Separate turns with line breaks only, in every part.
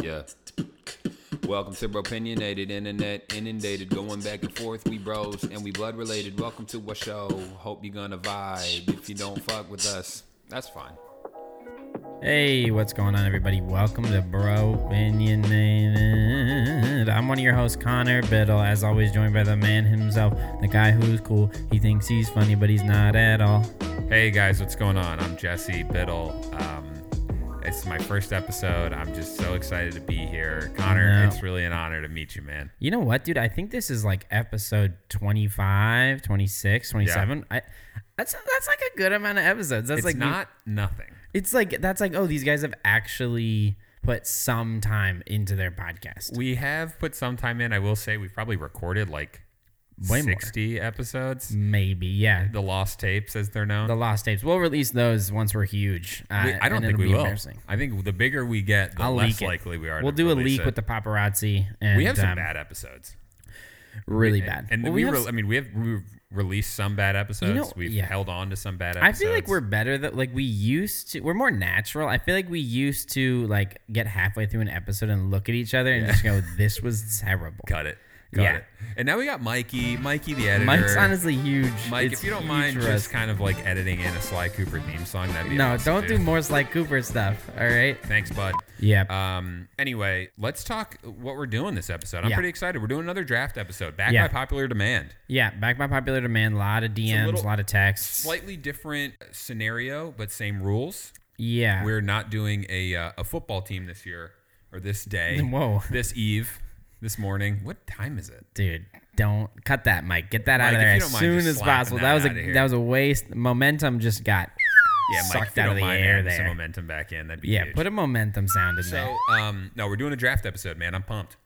Yeah. Welcome to Opinionated Internet, inundated, going back and forth. We bros and we blood related. Welcome to our show. Hope you're gonna vibe. If you don't fuck with us, that's fine.
Hey, what's going on, everybody? Welcome to Bro Opinionated. I'm one of your hosts, Connor Biddle, as always, joined by the man himself, the guy who's cool. He thinks he's funny, but he's not at all.
Hey guys, what's going on? I'm Jesse Biddle. Um, it's my first episode. I'm just so excited to be here. Connor,
No.
it's really an honor to meet you, man.
You know what, dude? I think this is like episode 25, 26, 27. I, that's, that's like a good amount of episodes. That's
it's
like
not nothing.
It's like that's like oh these guys have actually put some time into their podcast.
We have put some time in. I will say we've probably recorded like
Way more.
60 episodes.
Maybe yeah.
The lost tapes, as they're known.
The lost tapes. We'll release those once we're huge. Uh,
We- I don't
and
think
it'll
we
be
will.
embarrassing.
I think the bigger we get, the
I'll
less
leak it.
likely we are.
We'll
to
do a
release
leak
it.
with the paparazzi. And,
We have some
um,
bad episodes,
really bad.
and
Well,
we.
have
re-
s-
I mean, we have we've released some bad episodes.
know-
we've
yeah.
held on to some bad
I
episodes.
feel like we're better that like we used to. We're more natural. I feel like we used to like get halfway through an episode and look at each other and just go, "This was terrible."
cut it, cut
Yeah.
it. And now we got Mikey, Mikey the editor.
Mike's honestly huge.
Mike,
It's
if you don't
huge
mind
for us.
just kind of like editing in a Sly Cooper theme song, that'd be
No,
awesome,
don't do
dude.
more Sly Cooper stuff. All right.
Thanks, bud.
Yeah.
Um. Anyway, let's talk what we're doing this episode. I'm
Yeah.
pretty excited. We're doing another draft episode, back
Yeah.
by popular demand.
yeah. Back by popular demand. A lot of DMs. A
little-
lot of texts.
Slightly different scenario, but same rules.
yeah.
We're not doing a uh, a football team this year or this day.
Whoa.
This eve, this morning. What time is it?
Dude, don't cut that, Mike. Get that out
Mike,
of
if
there
you
as
don't mind
soon
just
as
slapping
possible.
that
That was
outta
a
here.
that was a waste. Momentum just got
Yeah, Mike, if
sucked
you
out
don't
of the
mind,
air
add
there.
Some momentum back in. That'd be
yeah,
huge.
put a momentum sound in there.
so, um, no, we're doing a draft episode, man. I'm pumped.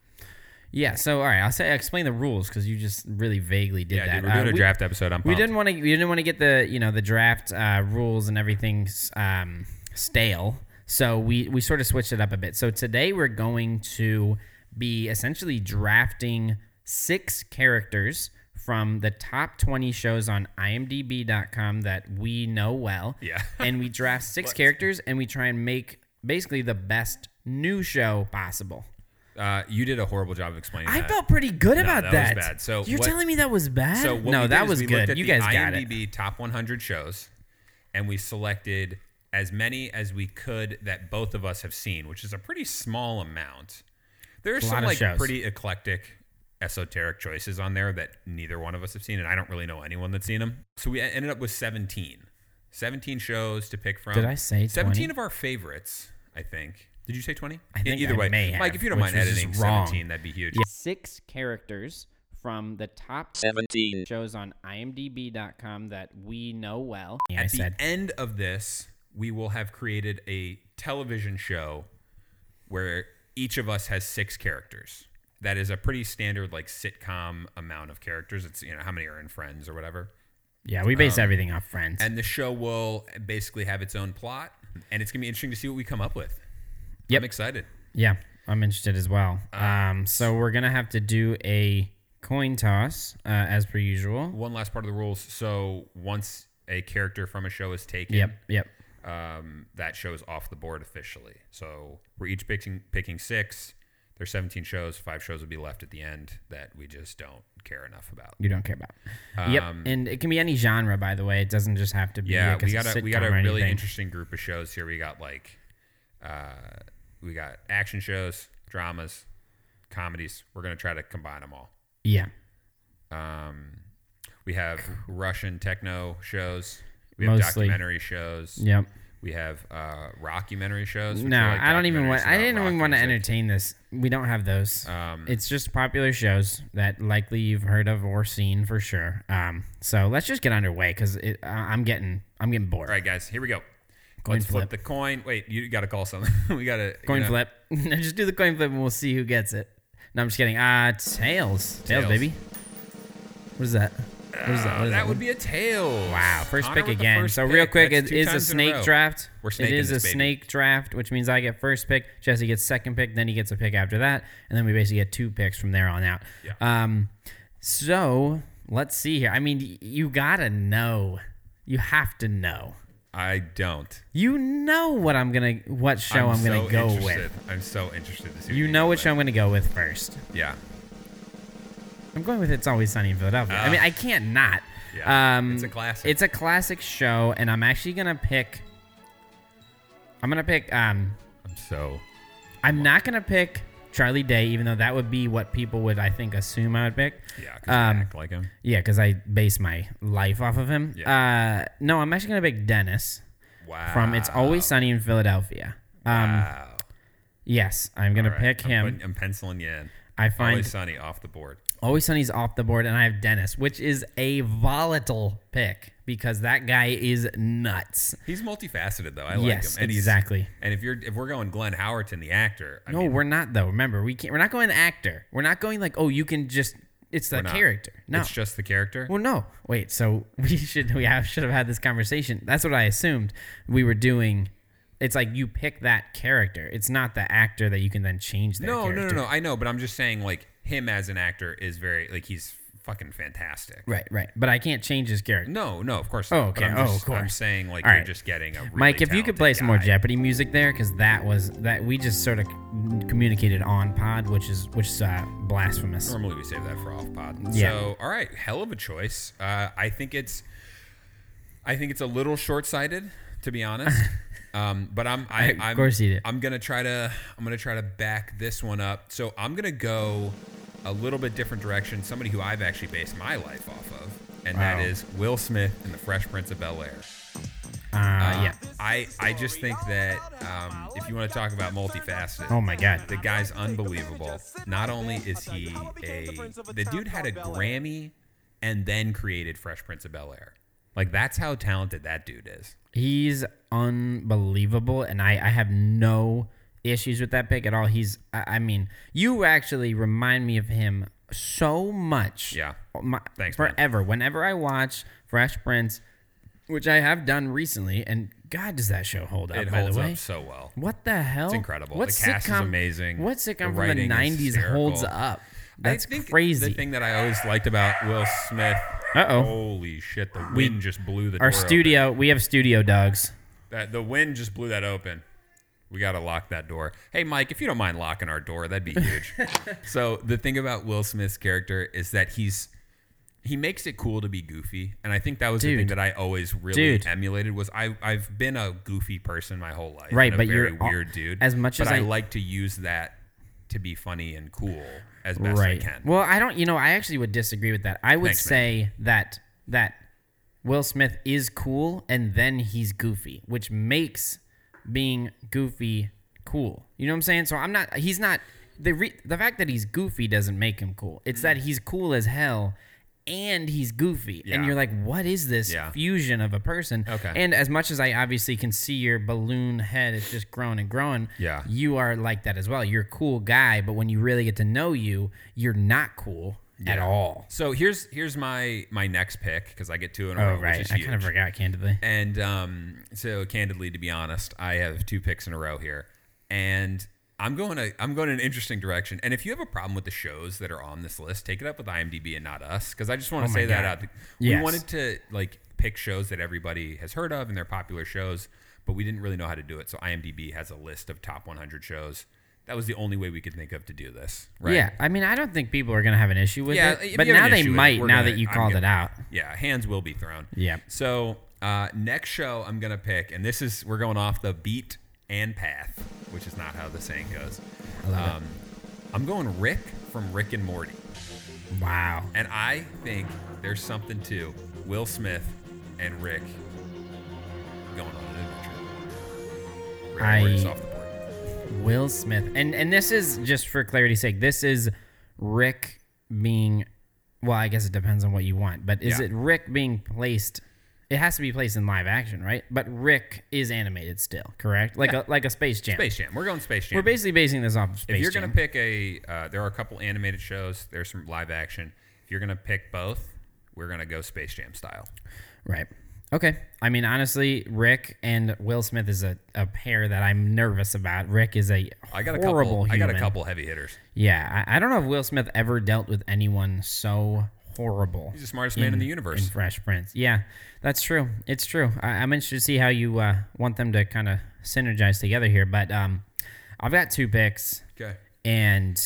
Yeah. So all right, I'll say explain the rules because you just really vaguely did
Yeah,
that.
dude, we're
Uh,
doing a
we-
draft episode. I'm pumped.
We didn't want to. We didn't want to get the you know the draft uh, rules and everything um, stale. So we we sort of switched it up a bit. So today we're going to be essentially drafting six characters from the top 20 shows on imdb.com that we know well.
Yeah.
and we draft six characters and we try and make basically the best new show possible.
Uh, you did a horrible job of explaining
I
that.
felt pretty good about
that was
that.
bad. So
You're
what-
telling me that was bad?
so what
no,
we
that
did is
was
we looked
good.
at
You
the
guys got it.
IMDb top 100 shows, and we selected as many as we could that both of us have seen, which is a pretty small amount. There's
a lot
some
of
like
shows.
pretty eclectic, esoteric choices on there that neither one of us have seen, and I don't really know anyone that's seen them. So we e-, ended up with 17, 17 shows to pick from.
Did I say
17
20?
Um, of our favorites? I think. Did you say 20?
I think
Either
I
way,
may have,
Mike, if you don't
which
mind
was just
editing
wrong.
17, that'd be huge.
six characters from the top
17.
shows on imdb.com that we know well. Yeah, I
At the
said
end of this, we will have created a television show where each of us has six characters. That is a pretty standard like sitcom amount of characters. It's you know how many are in Friends or whatever.
yeah. We base everything off friends.
And the show will basically have its own plot, and it's gonna be interesting to see what we come up with.
Yep.
I'm excited.
yeah, I'm interested as well.
Uh,
Um, so we're gonna have to do a coin toss uh, as per usual.
One last part of the rules. So once a character from a show is taken,
Yep, yep.
um, that shows off the board officially. So we're each picking picking six. There's 17 shows. Five shows will be left at the end that we just don't care enough about.
You don't care about. yep,
Um,
and it can be any genre, by the way. It doesn't just have to be.
Yeah,
like,
we
a
got a we
sitcom
got a
or
really
anything.
interesting group of shows here. We got like, uh, we got action shows, dramas, comedies. We're gonna try to combine them all.
Yeah,
Um, we have Russian techno shows. We have
Mostly.
documentary shows.
yep.
We have uh, rockumentary shows. which
No,
are, like,
I don't even
documentaries
want. I
about
didn't
rock
even want to
music.
entertain this. We don't have those.
Um,
it's just popular shows that likely you've heard of or seen for sure. Um, so let's just get underway because I'm getting I'm getting bored.
All right, guys, here we go.
Coin
Let's
flip.
flip. the coin. Wait, you got to call something. we got to
Coin flip. just do the coin flip and we'll see who gets it. No, I'm just kidding. Uh, tails, tails,
Tails. Uh,
baby. What is that? What is that? What is
that would be a tail.
Wow, first pick again. so real quick, it is a snake draft.
We're
it
snaking
is
this
a
baby.
snake draft, which means I get first pick. Jesse gets second pick, then he gets a pick after that, and then we basically get two picks from there on out.
Yeah.
Um, so let's see here. I mean, y- you gotta know. You have to know
I don't.
You know what I'm gonna, what show I'm, gonna
so
go
interested.
with.
I'm so interested to see.
You
what
know
go
which
with.
show I'm gonna go with first.
Yeah.
I'm going with It's Always Sunny in Philadelphia. I mean, I can't not.
Ah. Yeah. It's a classic.
Um, It's a classic show, and I'm actually gonna pick. I'm gonna pick. Um,
I'm so.
I'm not gonna pick Charlie Day, even though that would be what people would, I think, assume I would pick.
Yeah. 'cause
Um,
you act like him.
Yeah, because I base my life off of him. Uh, no, I'm actually gonna pick Dennis
Wow.
from It's Always Sunny in Philadelphia. Um,
Wow.
yes, I'm gonna
All right,
pick
I'm
him.
putting- I'm penciling you in.
I find
Always sunny off the board.
Always Sunny's off the board, and I have Dennis, which is a volatile pick because that guy is nuts.
He's multifaceted though. I like
yes,
him. And he's-
exactly.
and if you're if we're going Glenn Howerton, the actor, I
No,
mean,
we're not though. Remember, we can't. We're not going actor. We're not going like, oh, you can just. It's the
not.
character. No.
it's just the character.
well, no. Wait. So we should we have, should have had this conversation. That's what I assumed we were doing. It's like you pick that character. It's not the actor that you can then change their
No, no, no,
character.
no. I know, but I'm just saying like him as an actor is very like he's fucking fantastic.
Right, right. But I can't change his character.
No, no, of course.
Oh,
not. But
okay.
I'm
Oh,
just,
of course.
I'm saying like
All
you're
right.
just getting a really
Mike, if you could
talented
play some more
guy.
Jeopardy music there, because that was that we just sort of communicated on pod, which is which is uh, blasphemous.
Normally we save that for off pod.
Yeah.
So all right, hell of a choice. Uh, I think it's, I think it's a little short sighted to be honest. um, but I'm I, I'm
course you did.
I'm gonna try to I'm gonna try to back this one up. So I'm gonna go a little bit different direction. Somebody who I've actually based my life off of, and
Wow.
that is Will Smith in The Fresh Prince of Bel Air.
Uh, yeah.
I I just think that um, if you want to talk about multifaceted,
Oh my God.
the guy's unbelievable. Not only is he a the dude had a Grammy and then created Fresh Prince of Bel Air. Like that's how talented that dude is.
He's unbelievable, and I, I have no issues with that pick at all. He's, I, I mean, you actually remind me of him so much.
Yeah.
My,
Thanks, man.
Forever. Whenever I watch Fresh Prince, which I have done recently, and God, does that show hold up,
It
by
holds
the way.
up so well.
What the hell? It's
incredible. The cast is amazing.
What
The
sitcom from the
writing is
nineties holds
hysterical.
up? That's
I think
crazy.
The thing that I always liked about Will Smith.
Uh-oh.
Holy shit! The wind just blew the door
Our
open.
studio, we have studio dogs.
That the wind just blew that open. We gotta lock that door. Hey, Mike, if you don't mind locking our door, that'd be huge. so the thing about Will Smith's character is that he's he makes it cool to be goofy, and I think that was the thing
Dude.
that I always really
Dude.
emulated. Was I I've been a goofy person my whole life,
Right,
and a
but
very
you're al-
weird dude.
as much
but
as
I,
I-
like to use that to be funny and cool as best I can.
Well, I don't. You know, I actually would disagree with that. I would
Thanks,
say that that Will Smith is cool, and then he's goofy, which makes being goofy cool. You know what I'm saying? So I'm not. He's not. The re, the fact that he's goofy doesn't make him cool. It's that he's cool as hell. And he's goofy, and
Yeah.
you're like, "What is this
Yeah.
fusion of a person?"
Okay.
And as much as I obviously can see your balloon head, it's just growing and growing
Yeah.
you are like that as well. You're a cool guy, but when you really get to know you, you're not cool at all.
so here's here's my my next pick because I get two in a
Oh,
row. which
right.
is
I kind
huge.
of forgot, candidly.
And um, so, candidly, to be honest, I have two picks in a row here, and I'm going to I'm going in an interesting direction. And if you have a problem with the shows that are on this list, take it up with IMDb and not us, because I just want to say that out.
Oh God. Yes.
We wanted to like pick shows that everybody has heard of and they're popular shows, but we didn't really know how to do it. So IMDb has a list of top 100 shows. That was the only way we could think of to do this, right?
Yeah, I mean, I don't think people are going to have an issue with
Yeah, if
it,
you
but
have an
now they
issue with it,
might.
we're
Now
gonna-
that you
I'm
called it
gonna-
out,
Yeah, hands will be thrown.
Yep.
So uh, next show, I'm gonna pick, and this is we're going off the beat and path, which is not how the saying goes. um, I'm going Rick from Rick and Morty,
wow.
and I think there's something to Will Smith and Rick going on an adventure. Rick and
I-
Morty's off the board.
Will Smith, and and this is just for clarity's sake. This is Rick being. Well, I guess it depends on what you want, but is
Yeah.
it Rick being placed? It has to be placed in live action, right? But Rick is animated still, correct? Like a like a Space Jam.
Space Jam. We're going Space Jam.
We're basically basing this off of Space
if you're
Jam.
gonna pick a, uh, there are a couple animated shows. There's some live action. If you're gonna pick both, we're gonna go Space Jam style.
Right. Okay. I mean, honestly, Rick and Will Smith is a, a pair that I'm nervous about. Rick is a
I got a
horrible
couple.
human.
I got a couple heavy hitters.
Yeah. I, I don't know if Will Smith ever dealt with anyone so horrible.
He's the smartest man in the universe.
In Fresh Prince. Yeah, that's true. It's true. I, I'm interested to see how you uh, want them to kind of synergize together here. But um, I've got two picks,
Okay.
and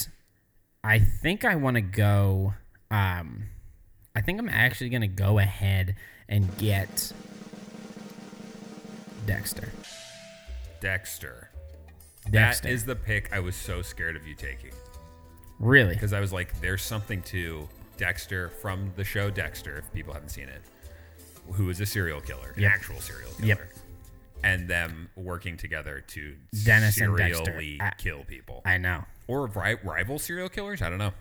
I think I want to go. Um, I think I'm actually going to go ahead and get Dexter.
Dexter.
Dexter.
That is the pick I was so scared of you taking
really
because I was like, there's something to Dexter from the show Dexter, if people haven't seen it, who is a serial killer, an
Yep.
actual serial killer.
Yep.
And them working together to
Dennis and Dexter.
serially
I-
kill people.
I know.
or ri- rival serial killers? I don't know.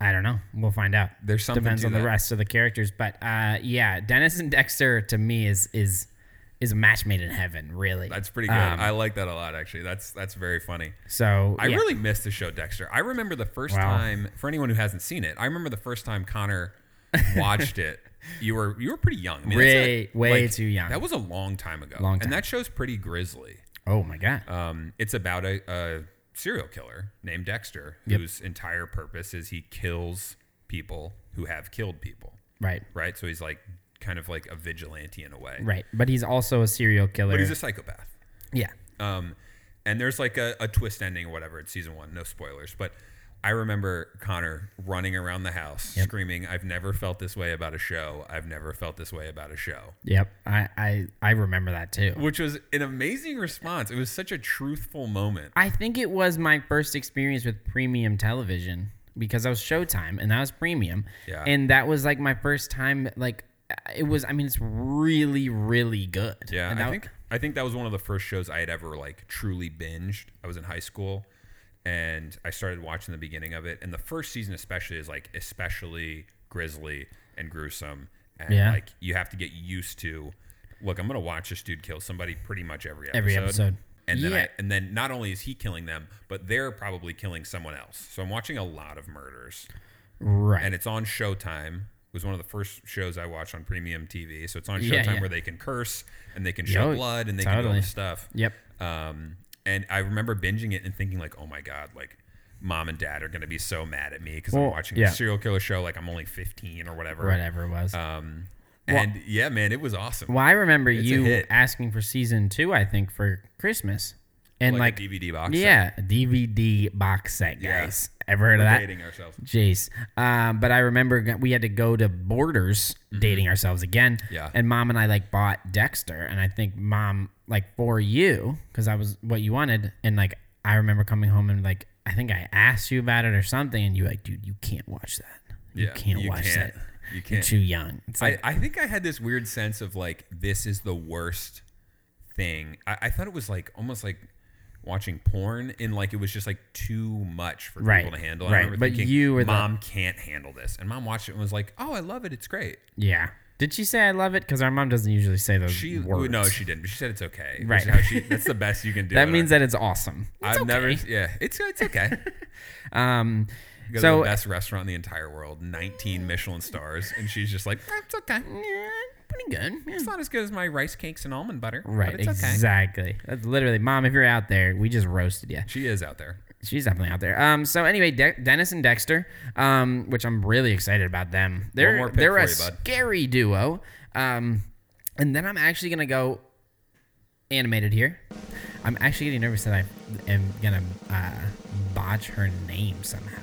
I don't know. We'll find out.
There's something
depends
to
on
that.
the rest of the characters, but uh, yeah, Dennis and Dexter to me is is is a match made in heaven. Really,
That's pretty good.
Um,
I like that a lot, actually. That's that's very funny.
so
I
yeah.
really missed the show Dexter. I remember the first
Wow.
time for anyone who hasn't seen it. I remember the first time Connor watched it. You were you were pretty young. I mean, that's
Way- way too young.
That was a long time ago.
Long time.
And that show's pretty grisly.
Oh my god.
Um, it's about a, a serial killer named Dexter whose entire purpose is he kills people who have killed people.
right.
Right? So he's like kind of like a vigilante in a way.
Right. But he's also a serial killer.
But he's a psychopath.
yeah.
Um, and there's like a, a twist ending or whatever. It's season one, no spoilers. But I remember Connor running around the house screaming, I've never felt this way about a show. I've never felt this way about a show.
Yep. I I I remember that too.
Which was an amazing response. It was such a truthful moment.
I think it was my first experience with premium television because I was Showtime and that was premium.
Yeah.
And that was like my first time like uh, it was I mean it's really really good.
Yeah,
And that-
I think I think that was one of the first shows I had ever like truly binged. I was in high school, and I started watching the beginning of it. And the first season, especially, is like especially grisly and gruesome, and
Yeah.
like you have to get used to. Look, I'm gonna watch this dude kill somebody pretty much every episode.
Every episode.
And then,
Yeah.
I, and then not only is he killing them, but they're probably killing someone else. So I'm watching a lot of murders
right.
and it's on Showtime. It was one of the first shows I watched on premium TV. So it's on Showtime
Yeah, yeah.
where they can curse and they can show
Yo,
blood and they can do all
totally.
this stuff.
yep.
Um, and I remember binging it and thinking like, oh my god, like mom and dad are gonna be so mad at me because I'm
Well,
watching
yeah.
a serial killer show. Like I'm only 15 or whatever.
Whatever it was.
Um, and yeah, man, it was awesome.
Well, I remember
It's a
you
hit.
asking for season two, I think, for Christmas. And
Like
like,
a DVD box set.
Yeah, a DVD box set,
Yeah.
guys. Ever heard of
We're
that?
dating ourselves.
Jeez. Um, but I remember g- we had to go to Borders dating ourselves again.
Mm-hmm. Yeah.
And mom and I like bought Dexter. And I think mom, like for you, because I was what you wanted. And like, I remember coming home and like, I think I asked you about it or something. And you were like, dude, you can't watch that. You
Yeah,
can't
you
watch
can't.
that.
You
You're
can't.
too young. It's like,
I, I think I had this weird sense of like this is the worst thing. I, I thought it was like almost like watching porn and like it was just like too much for
Right,
people to handle. I
right.
remember
But
thinking,
you were the-
mom can't handle this, and mom watched it and was like, "Oh, I love it. It's great."
yeah. Did she say I love it? Because our mom doesn't usually say those
She
words.
no, she didn't. But she said it's okay. which
Right.
is how she- that's the best you can do.
that means that it's awesome.
I've never. Yeah, it's it's okay.
Um,
Go to the
so
best restaurant in the entire world, 19 Michelin stars, and she's just like, "Eh, "It's okay.
yeah, pretty good. Yeah.
It's not as good as my rice cakes and almond butter,
Right,
But it's okay."
exactly. That's literally, mom. If you're out there, we just roasted you.
She is out there.
She's definitely out there. Um, so anyway, De- Dennis and Dexter, um, which I'm really excited about them. They're
more pick
they're a
for you, bud.
scary duo. Um, and then I'm actually gonna go animated here. I'm actually getting nervous that I am gonna uh, botch her name somehow.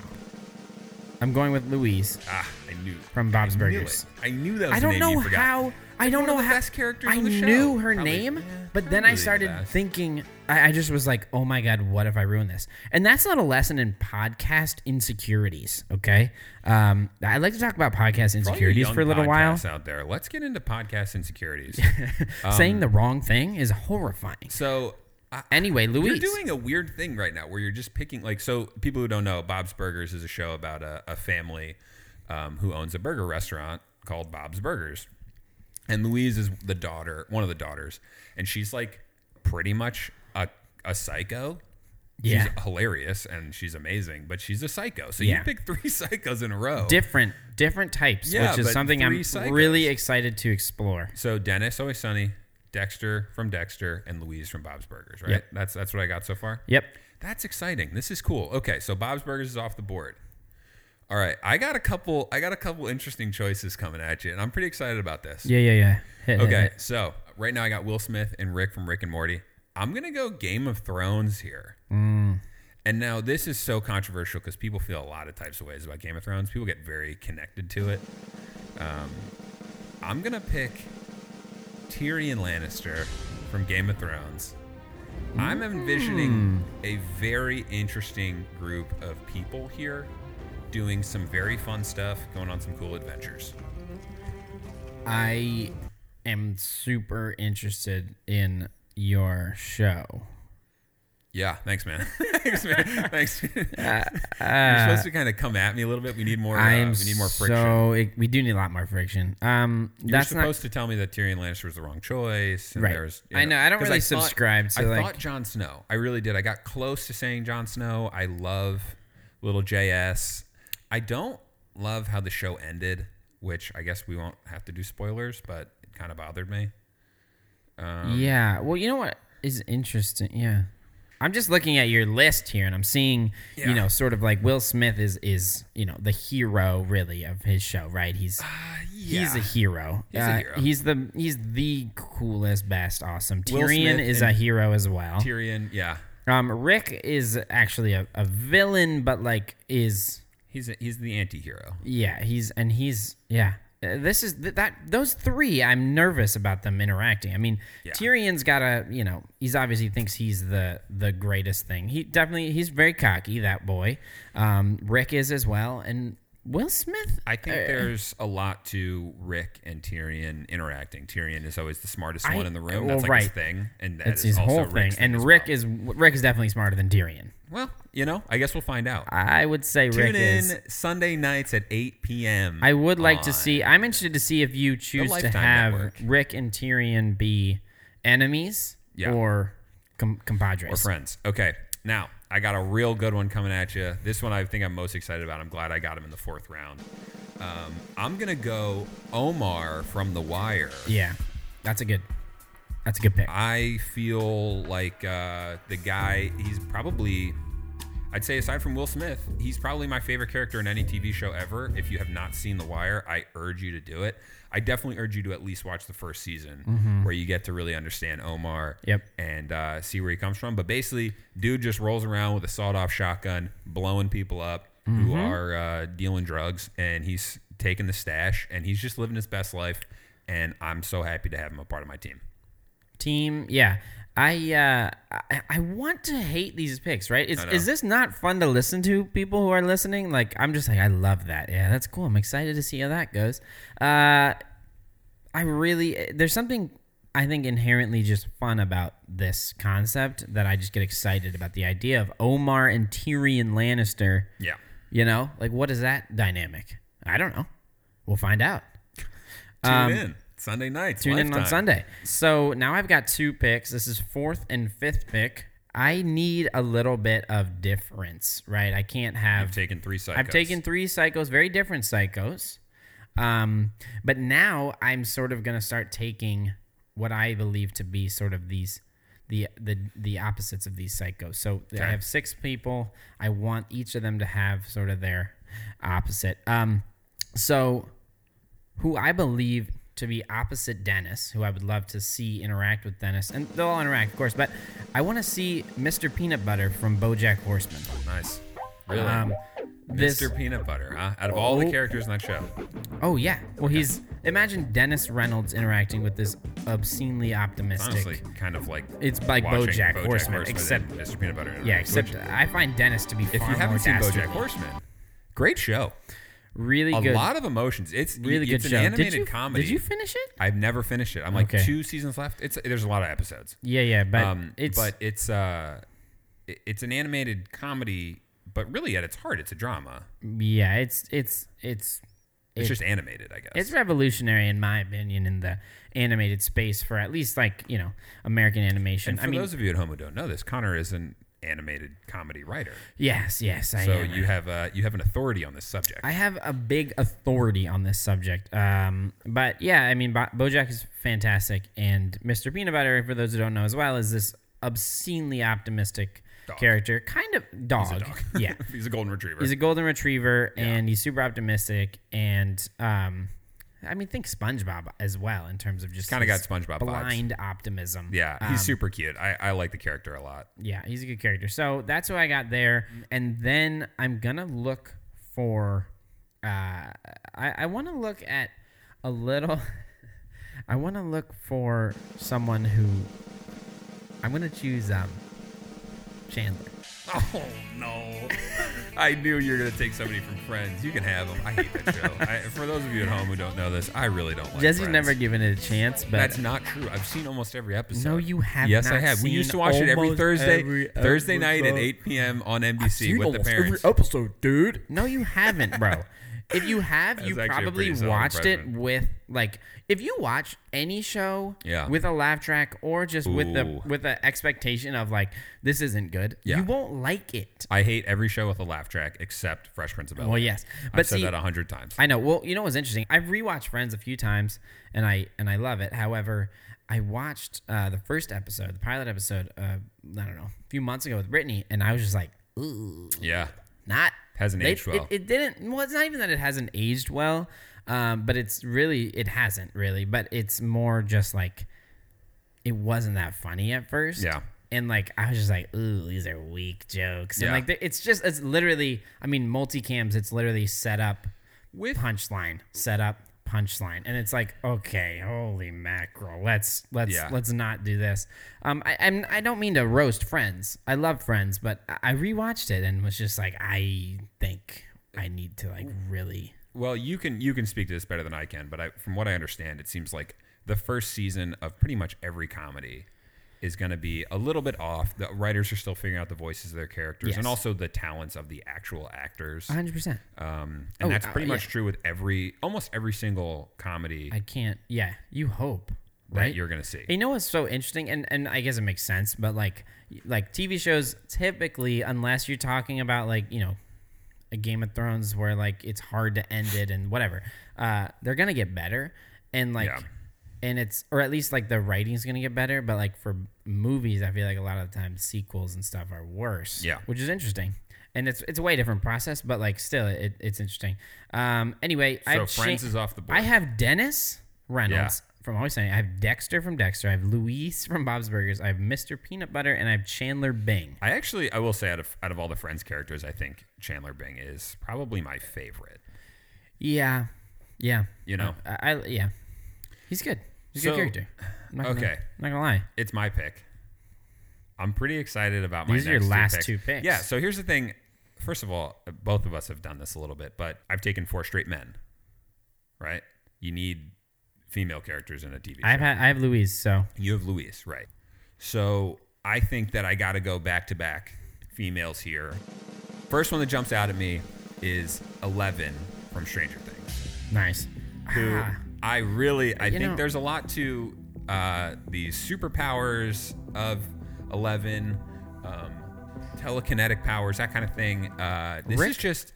I'm going with Louise
Ah, I knew.
from Bob's
I knew
Burgers.
it. I knew that was
I
the
don't
name
know
you forgot.
how. I don't
one of
know
the
how.
best characters
I
on the show.
knew her
Probably-
name,
yeah,
but then I
probably the
started
best.
thinking. I, I just was like, "Oh my god, what if I ruin this?" And that's not a lesson in podcast insecurities. Okay, um, I like to talk about podcast
For all you
insecurities
young
for a little while.
podcasts Out there, let's get into podcast insecurities. Um,
Saying the wrong thing is horrifying.
so I,
Anyway,
you're
Louise,
doing a weird thing right now, where you're just picking like so. People who don't know, Bob's Burgers is a show about a, a family um, who owns a burger restaurant called Bob's Burgers, and Louise is the daughter, one of the daughters, and she's like pretty much a a psycho.
Yeah.
She's hilarious and she's amazing, but she's a psycho. So
Yeah.
you picked three psychos in a row.
different different types,
Yeah,
which is
but
something I'm
three psychos.
really excited to explore.
So Dennis, always sunny, Dexter from Dexter, and Louise from Bob's Burgers, right?
Yep.
That's that's what I got so far.
Yep.
That's exciting. This is cool. Okay, so Bob's Burgers is off the board. All right, I got a couple. I got a couple interesting choices coming at you, and I'm pretty excited about this.
Yeah, yeah, yeah. Hit, hit,
Okay,
hit.
so right now I got Will Smith and Rick from Rick and Morty. I'm gonna go Game of Thrones here. And now this is so controversial because people feel a lot of types of ways about Game of Thrones. People get very connected to it. Um, I'm gonna pick Tyrion Lannister from Game of Thrones. I'm envisioning a very interesting group of people here doing some very fun stuff, going on some cool adventures.
I am super interested in your show.
Yeah, thanks, man. thanks, man. Thanks.
Uh,
You're supposed to kind of come at me a little bit. We need more. Uh,
I am
we need more friction.
uh, So it, we do need a lot more friction. Um,
You're
that's not
supposed to tell me that Tyrion Lannister was the wrong choice. And
Right.
There's,
I know, I don't
'cause
really
thought-
subscribe to,
I
like-
thought Jon Snow. I really did. I got close to saying Jon Snow. I love little JS. I don't love how the show ended, which I guess we won't have to do spoilers, but it kind of bothered me.
yeah. Well, you know what is interesting? Yeah. I'm just looking at your list here and I'm seeing,
Yeah.
you know, sort of like Will Smith is is, you know, the hero really of his show, right? He's Uh, he's a hero.
He's a
Uh,
hero.
He's the he's the coolest, best, awesome.
Will
Tyrion
Smith
is
and-
a hero as well.
Tyrion. Yeah,
Um, Rick is actually a, a villain, but like is
he's a, he's the anti-hero.
yeah, he's and he's yeah. Uh, This is th- that those three. I'm nervous about them interacting. I mean,
Yeah.
Tyrion's got a you know he's obviously thinks he's the the greatest thing. He definitely he's very cocky that boy. Um, Rick is as well, and Will Smith.
I think
uh,
there's a lot to Rick and Tyrion interacting. Tyrion is always the smartest
I-
one in the room.
well,
That's like his
right.
thing, and that's
it's his
also
whole
Rick's
thing,
as
and Rick
well.
is Rick is definitely smarter than Tyrion.
well. You know, I guess we'll find out.
I would say Rick
Tune
is.
in Sunday nights at 8 p.m.
I would like to
on-
see. I'm interested to see if you choose to
Lifetime
have
Network.
Rick and Tyrion be enemies
Yeah.
or com- compadres.
We're friends. Okay, now I got a real good one coming at you. This one I think I'm most excited about. I'm glad I got him in the fourth round. Um, I'm gonna go Omar from The Wire.
Yeah, that's a good. That's a good
Uh,
pick.
I feel like uh, the guy, he's probably, I'd say aside from Will Smith, he's probably my favorite character in any TV show ever. If you have not seen The Wire, I urge you to do it. I definitely urge you to at least watch the first season where you get to really understand Omar
Yep.
and uh, see where he comes from. But basically, dude just rolls around with a sawed off shotgun, blowing people up who are uh, dealing drugs, and he's taking the stash and he's just living his best life. And I'm so happy to have him a part of my team.
Team. Yeah, I. Uh, I, I want to hate these picks. Right? Is
know.
is this not fun to listen to? People who are listening, like I'm just like I love that. Yeah, that's cool. I'm excited to see how that goes. Uh, I really there's something I think inherently just fun about this concept that I just get excited about the idea of Omar and Tyrion Lannister.
Yeah.
You know, like what is that dynamic? I don't know. We'll find out.
Tune in Sunday nights.
Um, Tune in on
Lifetime.
Sunday. So now I've got two picks. This is fourth and fifth pick. I need a little bit of difference, right? I can't have
I've taken three psychos.
I've taken three psychos, very different psychos. Um, but now I'm sort of gonna start taking what I believe to be sort of these the the the opposites of these psychos. So I have six people. I want each of them to have sort of their opposite. Um, so who I believe to be opposite Dennis, who I would love to see interact with Dennis, and they'll all interact, of course. But I want to see Mr. Peanut Butter from BoJack Horseman.
Nice. Really.
Um, this,
Mr. Peanut Butter, huh? Out of all the
Oh.
characters in that show.
Oh yeah. Well, he's imagine Dennis Reynolds interacting with this obscenely optimistic.
Honestly, kind of like
It's like
watching
BoJack Horseman,
and
except-
Mr. Peanut Butter.
yeah, except uh,
Which,
I find Dennis to be far
if you
more
haven't seen
dastardly.
BoJack Horseman, great show.
really
A
good,
lot of emotions. It's
really
it's
good
an
show.
animated
did you
comedy.
did you finish it?
I've never finished it. I'm like
Okay.
two seasons left. It's there's a lot of episodes.
Yeah, yeah, but
Um,
it's
but it's uh, it- it's an animated comedy, but really at its heart, it's a drama.
yeah, it's it's it's
It's
It-
just animated, I guess.
it's revolutionary in my opinion in the animated space for at least like you know American animation.
And for
I mean,
those of you at home who don't know this, Connor is an animated comedy writer,
yes, yes, I
so
am.
you have uh, you have an authority on this subject.
I have a big authority on this subject. Um, but yeah, I mean, Bo- Bojack is fantastic, and Mr. Peanut Butter, for those who don't know as well, is this obscenely optimistic character, kind of dog. yeah,
He's a golden retriever.
he's a golden retriever and he's super optimistic and um, I mean think SpongeBob as well in terms of just
Kinda
his
got SpongeBob vibes.
blind optimism.
yeah,
Um,
he's super cute. I, I like the character a lot.
yeah, he's a good character. So that's what I got there. And then I'm gonna look for. Uh, I I want to look at a little. I want to look for someone who. I'm gonna choose um. Chandler.
Oh no! I knew you were gonna take somebody from Friends. You can have them. I hate that show. I, for those of you at home who don't know this, I really don't like.
Jesse's
Friends.
never given it a chance, but
That's not true. I've seen almost every episode.
No, you have
Yes,
not
I have. we
seen
used to watch it every
almost
Thursday,
every
Thursday night at
episode.
8 p.m. on NBC
seen
with the
almost
parents.
Every episode, dude. No, you haven't, bro. if you have, you
That's actually a
probably
pretty solid
watched it
impression.
with like if you watch any show
Yeah.
with a laugh track or just with the
Ooh.
with the expectation of like this isn't good,
Yeah.
you won't like it.
I hate every show with a laugh track except Fresh Prince of Bel Air.
Well, yes,
I've
Oh, but
said
see-
that a hundred times.
I know. Well, you know what's interesting? I've rewatched Friends a few times, and I and I love it. However, I watched uh, the first episode, the pilot episode, uh, I don't know, a few months ago with Brittany, and I was just like, ooh,
yeah,
not
Hasn't
they-
aged well.
It, it didn't. Well, it's not even that it hasn't aged well, um, but it's really it hasn't really. But it's more just like it wasn't that funny at first.
Yeah.
And like I was just like, ooh, these are weak jokes. And
Yeah.
like there- it's just it's literally. I mean, multicams. It's literally set up
with
punchline, set up punchline, and it's like, okay, holy mackerel, let's let's
Yeah.
let's not do this. Um, I I'm, I don't mean to roast Friends. I love Friends, but I- I rewatched it and was just like, I think I need to like really.
well, you can you can speak to this better than I can, but I, from what I understand, it seems like the first season of pretty much every comedy is going to be a little bit off. The writers are still figuring out the voices of their characters
Yes.
and also the talents of the actual actors.
100%.
Um, and
Oh,
that's
uh,
pretty much
yeah.
true with every almost every single comedy
I can't. Yeah, you hope,
that
right?
you're going to see.
You know what's so interesting, and, and I guess it makes sense, but like like TV shows typically, unless you're talking about like you know a Game of Thrones where like it's hard to end it and whatever, uh, they're gonna get better, and like
Yeah.
and it's or at least like the writing's gonna get better, but like for movies, I feel like a lot of the time sequels and stuff are worse.
Yeah.
which is interesting. And it's, it's a way different process, but like still, it, it's interesting. Um, anyway,
So Friends
cha-
is off the board.
I have Dennis Reynolds from Always Sunny. I have Dexter from Dexter. I have Luis from Bob's Burgers. I have Mr. Peanut Butter, and I have Chandler Bing.
I actually, I will say, out of out of all the Friends characters, I think Chandler Bing is probably my favorite.
Yeah, yeah.
You know.
Uh, I, I- yeah. He's good. He's a
So-
good character. I'm not gonna-
okay.
I'm not gonna lie.
It's my pick. I'm pretty excited about my.
These are your
next
last
picks.
two picks.
Yeah. So here's the thing. First of all, both of us have done this a little bit, but I've taken four straight men. Right. You need female characters in a TV.
I've
show.
had I have Luis. So
You have Luis, right? So I think that I got to go back to back females here. First one that jumps out at me is Eleven from Stranger Things
nice.
who
Ah,
I really I think
know-
there's a lot to uh, the superpowers of Eleven, um, telekinetic powers, that kind of thing. Uh, this is
Rick-
just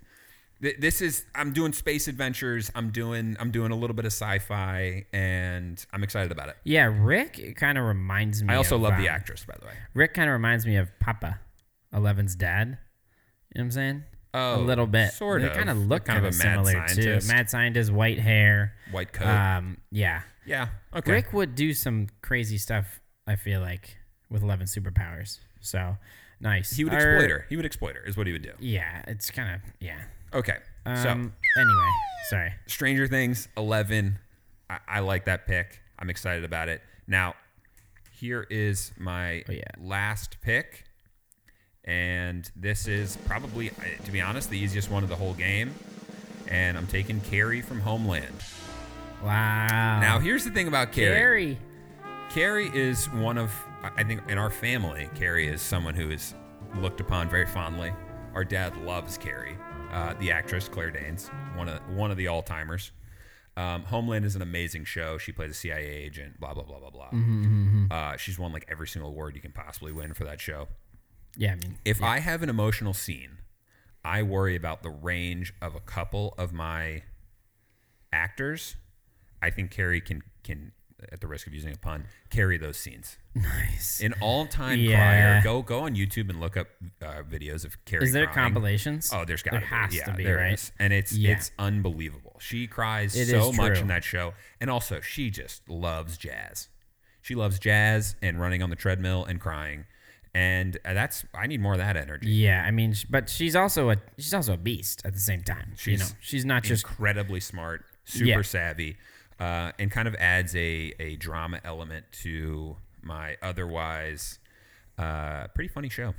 th- this is I'm doing space adventures. I'm doing I'm doing a little bit of sci-fi, and I'm excited about it.
yeah, Rick kind of reminds me.
I also
of,
love the
um,
actress, by the way.
Rick kind of reminds me of Papa, Eleven's dad. You know what I'm saying?
Oh,
a little bit.
sort
they
of.
kind of look
Kind
kind
of
of
a mad
similar too.
scientist.
Mad scientist, white hair,
White coat.
Um, yeah.
yeah. Okay.
Rick would do some crazy stuff. I feel like with eleven superpowers. So nice.
he would
Or-
exploit her. He would exploit her. Is what he would do.
Yeah, it's kind of yeah.
Okay. so
Um, anyway, sorry.
Stranger Things 11. I, I like that pick. I'm excited about it. Now, here is my
Oh, yeah.
last pick. And this is probably,
uh,
I- to be honest, the easiest one of the whole game. And I'm taking Carrie from Homeland.
Wow.
Now, here's the thing about Carrie.
Gary.
Carrie is one of, I I think, in our family, Carrie is someone who is looked upon very fondly. Our dad loves Carrie, uh, the actress Claire Danes, one of one of the all timers. Um, Homeland is an amazing show. She plays a CIA agent. Blah blah blah blah blah. Uh, she's won like every single award you can possibly win for that show.
Yeah, I mean,
If I have an emotional scene, I worry about the range of a couple of my actors. I think Carrie can can
at the risk of using a pun, carry those scenes.
Nice.
An all-time
Yeah.
crier. Go go on YouTube and look up uh, videos of Carrie.
Is there
crying.
compilations?
Oh, there's got
There has
yeah,
to be,
there
right?
is. and it's
Yeah.
it's unbelievable. She cries
It
so
is
much
true.
in that show, and also she just loves jazz. She loves jazz and running on the treadmill and crying, and uh, that's I need more of that energy.
Yeah, I mean, sh- but she's also a she's also a beast at the same time. She's, you
She's
know, she's not just
Incredibly smart, super
Yeah.
savvy, uh, and kind of adds a a drama element to my otherwise uh, pretty funny show.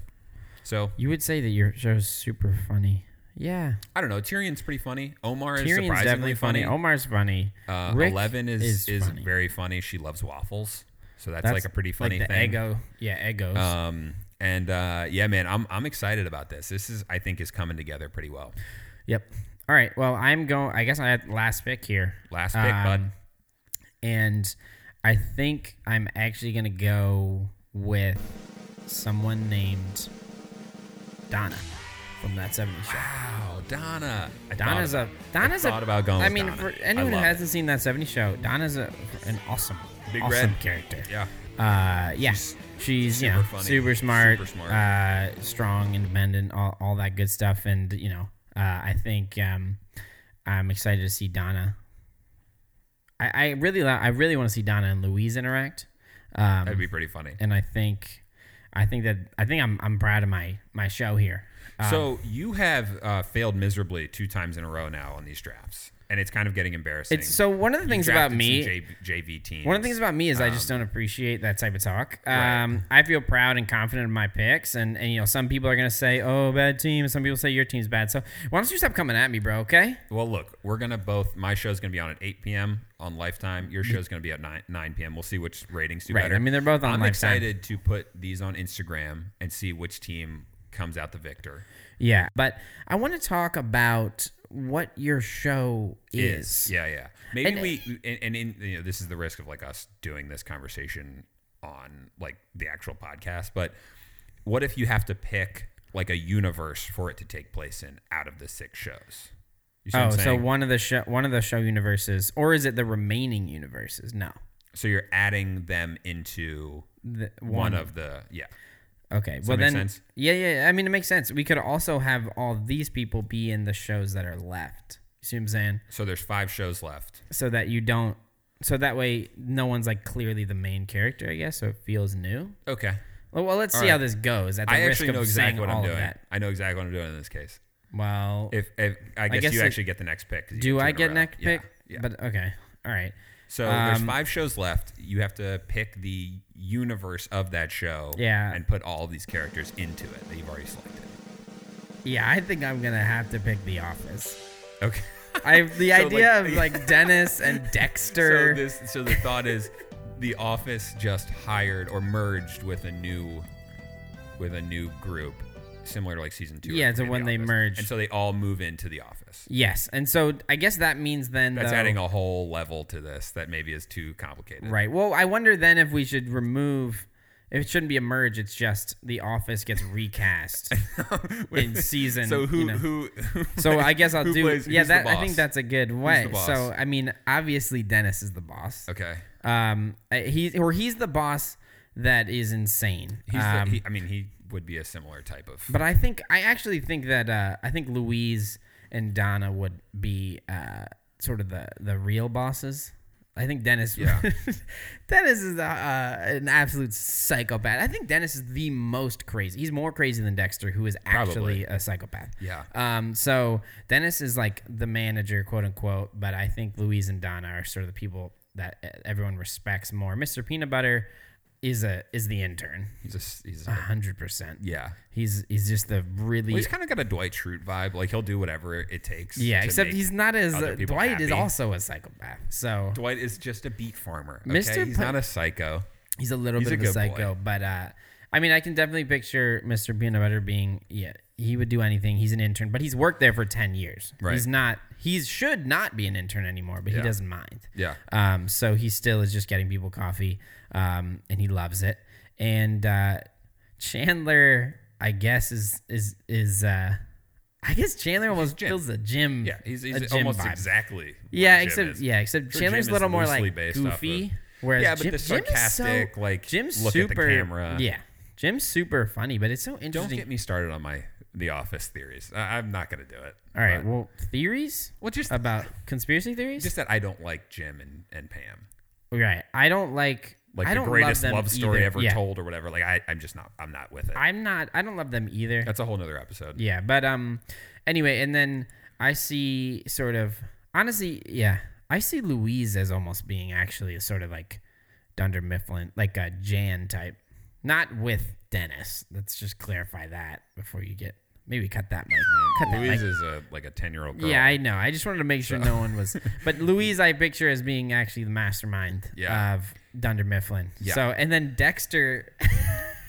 So
You would say that your show's super funny. Yeah,
I don't know. Tyrion's pretty funny. Omar is
Tyrion's
surprisingly
definitely funny.
funny.
Omar's funny.
Uh,
Rick
Eleven is is,
funny.
very funny. She loves waffles, so that's,
That's
like a pretty funny
like the
thing.
Ego, yeah, egos.
Um, and uh, yeah, man, I'm I'm excited about this. This is I think is coming together pretty well.
yep. All right. Well, I'm going. I guess I had last pick here.
Last pick,
Um,
bud.
and I think I'm actually gonna go with someone named Donna from that '70s show.
Wow, Donna. I
Donna's
thought,
a Donna's
I
a.
thought about going
I
with
mean,
Donna.
for
I
anyone who
love
hasn't seen that '70s show, Donna's a, an awesome,
Big
awesome
Red.
character.
yeah.
Uh, yeah,
She's
she's, you
super
know
funny,
super smart,
super smart.
Uh, strong, independent, all, all that good stuff. And you know, uh, I think um, I'm excited to see Donna. I, I really, la- I really want to see Donna and Louise interact.
That'd
Um,
be pretty funny.
and I think, I think that I think I'm I'm proud of my my show here. Uh,
so you have uh, failed miserably two times in a row now on these drafts, and it's kind of getting embarrassing.
it's so one of the
You
things
drafted
about
some
me.
J- JV teams.
One of the things about me is I just don't appreciate that type of talk.
Um, Right.
Um, I feel proud and confident in my picks, and, and you know some people are gonna say, "Oh, bad team," and some people say your team's bad. So why don't you stop coming at me, bro? Okay.
Well, look, we're gonna both. My show's gonna be on at 8 p.m. on Lifetime. Your show's gonna be at 9 9 p.m. We'll see which ratings do
Right,
better.
I mean, they're both on
I'm
Lifetime.
excited to put these on Instagram and see which team comes out the victor.
Yeah, but I want to talk about what your show is.
Yeah, yeah. Maybe
And-
we and, and in, you know this is the risk of like us doing this conversation on like the actual podcast. But what if you have to pick like a universe for it to take place in out of the six shows? You see what
Oh,
I'm
so
saying?
one of the show one of the show universes, or is it the remaining universes? No,
so you're adding them into
the,
one of the yeah.
Okay. well,
make
then,
sense?
yeah, yeah. I mean, it makes sense. We could also have all these people be in the shows that are left. You see what I'm saying?
So there's five shows left.
So that you don't. So that way, no one's like clearly the main character, I guess. So it feels new.
Okay.
Well, well let's see how this goes. At the
I
risk
actually
of
know exactly
saying
what I'm
all of
doing.
that.
I know exactly what I'm doing in this case.
Well,
If, if I, guess
guess
you
it-
actually get the next pick. 'cause you
do
two
I
in a
get
row.
next
Yeah,
pick?
Yeah.
But okay, all right.
so there's
um,
five shows left. You have to pick the universe of that show.
Yeah.
And put all these characters into it that you've already selected.
Yeah, I think I'm gonna have to pick The Office.
Okay.
I the
So,
idea
like-
of like Dennis and Dexter.
So this so the thought is the office just hired or merged with a new with a new group similar to like season 2. or
Yeah, to
three of
when
The
they
Office.
merged.
And so they all move into the office.
yes, and so I guess that means then
That's
though,
adding a whole level to this that maybe is too complicated.
Right. Well, I wonder then if we should remove. If it shouldn't be a merge, it's just the office gets recast in season.
So who
you know.
who, who
So I guess I'll
who
do.
plays-
yeah,
who's the
that I
boss?
think that's a good way.
boss?
So I mean, obviously Dennis is the boss.
okay.
Um, uh, he or he's the boss that is insane.
He's
um,
the, he, I mean he would be a similar type of
but I think I actually think that uh, I think Louise and Donna would be uh, sort of the the real bosses. I think Dennis.
Yeah.
Dennis is uh, an absolute psychopath. I think Dennis is the most crazy. He's more crazy than Dexter, who is
Probably.
actually a psychopath.
Yeah.
Um. So Dennis is like the manager, quote unquote. But I think Louise and Donna are sort of the people that everyone respects more. Mr. Peanut Butter is a is the intern,
he's a s- he's
a
a,
hundred percent.
yeah.
He's he's just the really
Well, he's kind of got a Dwight Schrute vibe. Like he'll do whatever it takes.
yeah.
to
Except
make-
he's not as
other people
Dwight is
happy.
also a psychopath, so
Dwight is just a beat farmer. Okay?
Mr.
He's
Pu-
not a psycho.
he's a little
He's a
bit of a
good
psycho. But uh, I mean, I can definitely picture Mr. Peanut Butter being yeah. He would do anything. He's an intern, but he's worked there for ten years.
Right.
He's not. He should not be an intern anymore, but
Yeah.
he doesn't mind.
Yeah.
Um, so he still is just getting people coffee, um, and he loves it. And uh, Chandler, I guess, is is is. Uh, I guess Chandler almost
Jim.
feels a gym.
Yeah, he's,
a
he's
gym
almost
vibe.
exactly. what
Yeah,
Jim
except
is.
yeah, except
Sure,
Chandler's
Jim is
a little more
loosely
like
based off
goofy.
of-
Whereas
Yeah, but
Jim,
the
Jim is so-
sarcastic, like,
Jim's
look at the
super,
camera.
Yeah, Jim's super funny, but it's so
Don't
interesting.
get me started on my The Office theories. I, I'm not gonna do it.
All right, Um,
But-
well, theories
well, just
about conspiracy theories.
just that I don't like Jim and, and Pam.
right, I don't like.
Like
I
the
don't
greatest
love,
love,
them
story
either.
ever
yeah.
told or whatever. Like I, I'm just not. I'm not with it.
I'm not. I don't love them either.
That's a whole nother episode.
Yeah, but um, anyway, and then I see sort of honestly, yeah, I see Louise as almost being actually a sort of like Dunder Mifflin, like a Jan type, not with Dennis. Let's just clarify that before you get maybe cut that mic. Cut that mic.
Louise is a like a ten year old girl.
Yeah, I know. I just wanted to make sure no one was. But Louise, I picture as being actually the mastermind
Yeah.
of Dunder Mifflin.
Yeah.
So, and then Dexter.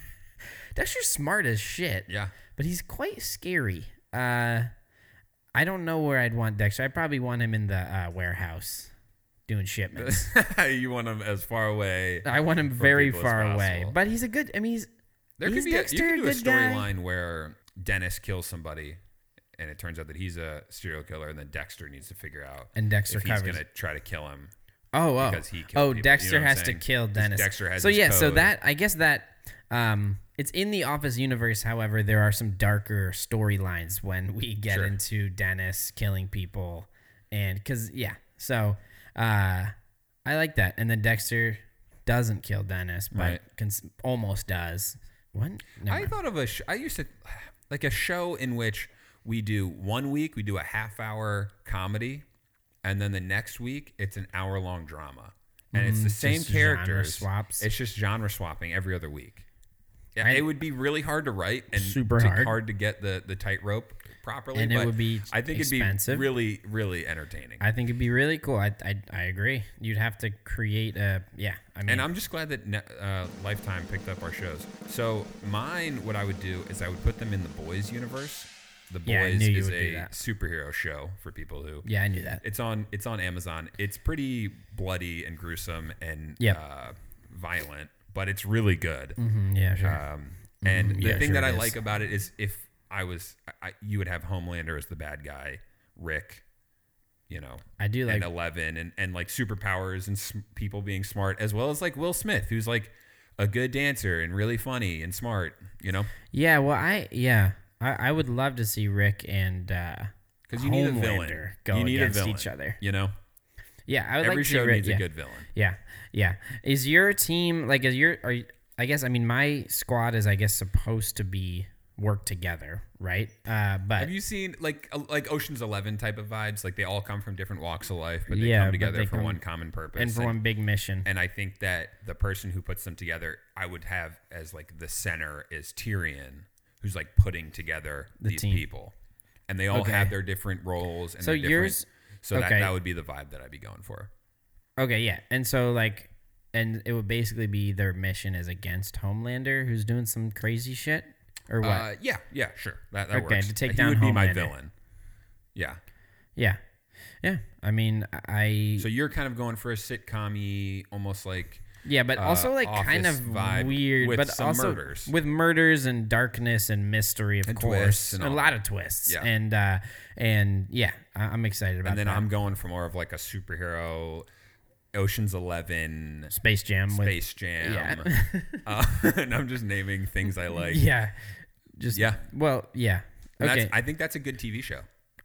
Dexter's smart as shit.
Yeah.
But he's quite scary. Uh, I don't know where I'd want Dexter. I'd probably want him in the uh, warehouse doing shipments.
you want them as far away.
I want him very
people as
far away.
possible.
But he's a good. I mean, he's.
There
he's
could be
Dexter,
a, you could do a
good guy.
storyline where Dennis kills somebody, and it turns out that he's a serial killer, and then Dexter needs to figure out
And Dexter
if he's
covers
gonna try to kill him.
Oh, oh,
because he killed
oh!
people. You
Dexter
know what I'm
has to
saying?
kill
Because
Dennis.
Dexter has
so
his
yeah, so
code.
that I guess that um, it's in the Office universe. However, there are some darker storylines when we get
Sure.
into Dennis killing people, and because yeah, so uh, I like that. And then Dexter doesn't kill Dennis, but
Right.
cons- almost does. What? No,
I thought of a. Sh- I used to like a show in which we do one week we do a half hour comedy, and then the next week it's an hour long drama, and it's the same
Mm, just genre
characters.
swaps.
It's just genre swapping every other week. Yeah, it would be really hard to write and
Super
to-
hard.
to get the the tightrope properly.
And it
but
would be
I think
expensive.
it'd be really really entertaining.
I think it'd be really cool. I, I I agree. You'd have to create a yeah. I mean,
And I'm just glad that Ne- uh, Lifetime picked up our shows. So mine, what I would do is I would put them in the Boys universe. The Boys
Yeah, I knew you
is
would do
a
that.
superhero show for people who.
yeah, I knew that.
It's on. It's on Amazon. It's pretty bloody and gruesome and
Yep.
uh, violent, but it's really good.
Mm, yeah, sure.
Um, and the
Mm-hmm. yeah,
thing
sure
that
it
I
is.
like about it is if I was, I, I- you would have Homelander as the bad guy, Rick, you know,
I do like
and Eleven, and and like superpowers and sm- people being smart, as well as like Will Smith, who's like a good dancer and really funny and smart, you know,
Yeah, well, I yeah, I, I would love to see Rick and uh,
because you need a villain.
Homelander go
you need
against
a villain,
each other.
You know,
Yeah, I would
every
like to see
show
Rick.
needs
yeah.
a good villain.
yeah, yeah. Is your team like? Is your are? You, I guess I mean my squad is I guess supposed to be work together, right? Uh, but
Have you seen like a- like Ocean's Eleven type of vibes? Like they all come from different walks of life, but they
Yeah, but
come together
they
for
come-
one common purpose
and for one big mission.
and I think that the person who puts them together, I would have as like the center is Tyrion, who's like putting together these
team.
people, and they all
Okay.
have their different roles. And
So
their different-
yours-
so
okay.
that that would be the vibe that I'd be going for.
okay, yeah, and so like, and it would basically be their mission is against Homelander, who's doing some crazy shit or what?
Uh, yeah, yeah, sure, that, that
Okay,
works.
to take
he
down
would be my
Homelander.
villain. Yeah,
yeah, yeah. I mean, I
so you're kind of going for a sitcom-y, almost like
Yeah, but also like kind of
uh, office vibe
weird,
with
but
some
also
murders.
with murders and darkness and mystery, of
And
course,
twists and
a
all
lot of twists.
Yeah.
and uh, and yeah, I- I'm excited about
and then
that.
I'm going for more of like a superhero, Ocean's Eleven,
Space Jam with
Space Jam, uh, and I'm just naming things I like.
yeah, just
Yeah.
Well, yeah,
And
okay.
that's, I think that's a good TV show.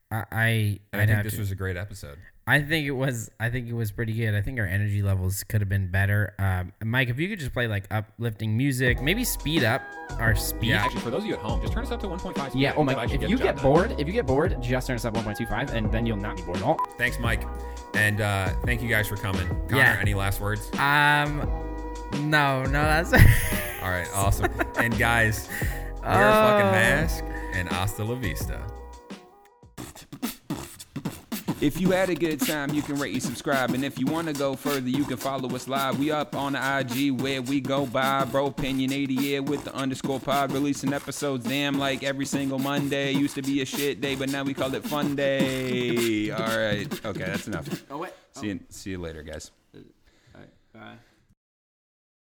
I I,
And
I'd
I think
have
this
to-
was a great episode.
I think it was. I think it was pretty good. I think our energy levels could have been better. Um, Mike, if you could just play like uplifting music, maybe speed up our speed.
Actually, for those of you at home, just turn us up to 1.5.
Yeah, oh my god. If you get bored, if you get bored, just turn us up 1.25 and then you'll not be bored at all.
Thanks, Mike. And uh, thank you guys for coming. Connor,
Yeah.
any last words?
Um, no, no, that's
All right, awesome. and guys, wear a
Oh.
Uh.
fucking mask and hasta la vista.
If you had a good time, you can rate and subscribe. And if you want to go further, you can follow us live. We up on the IG where we go by Bro Opinion 80 yeah, with the underscore pod, releasing episodes, damn, like every single Monday. Used to be a shit day, but now we call it fun day. All right. Okay, that's enough.
Oh, wait.
See you, see you later, guys.
All right. Bye.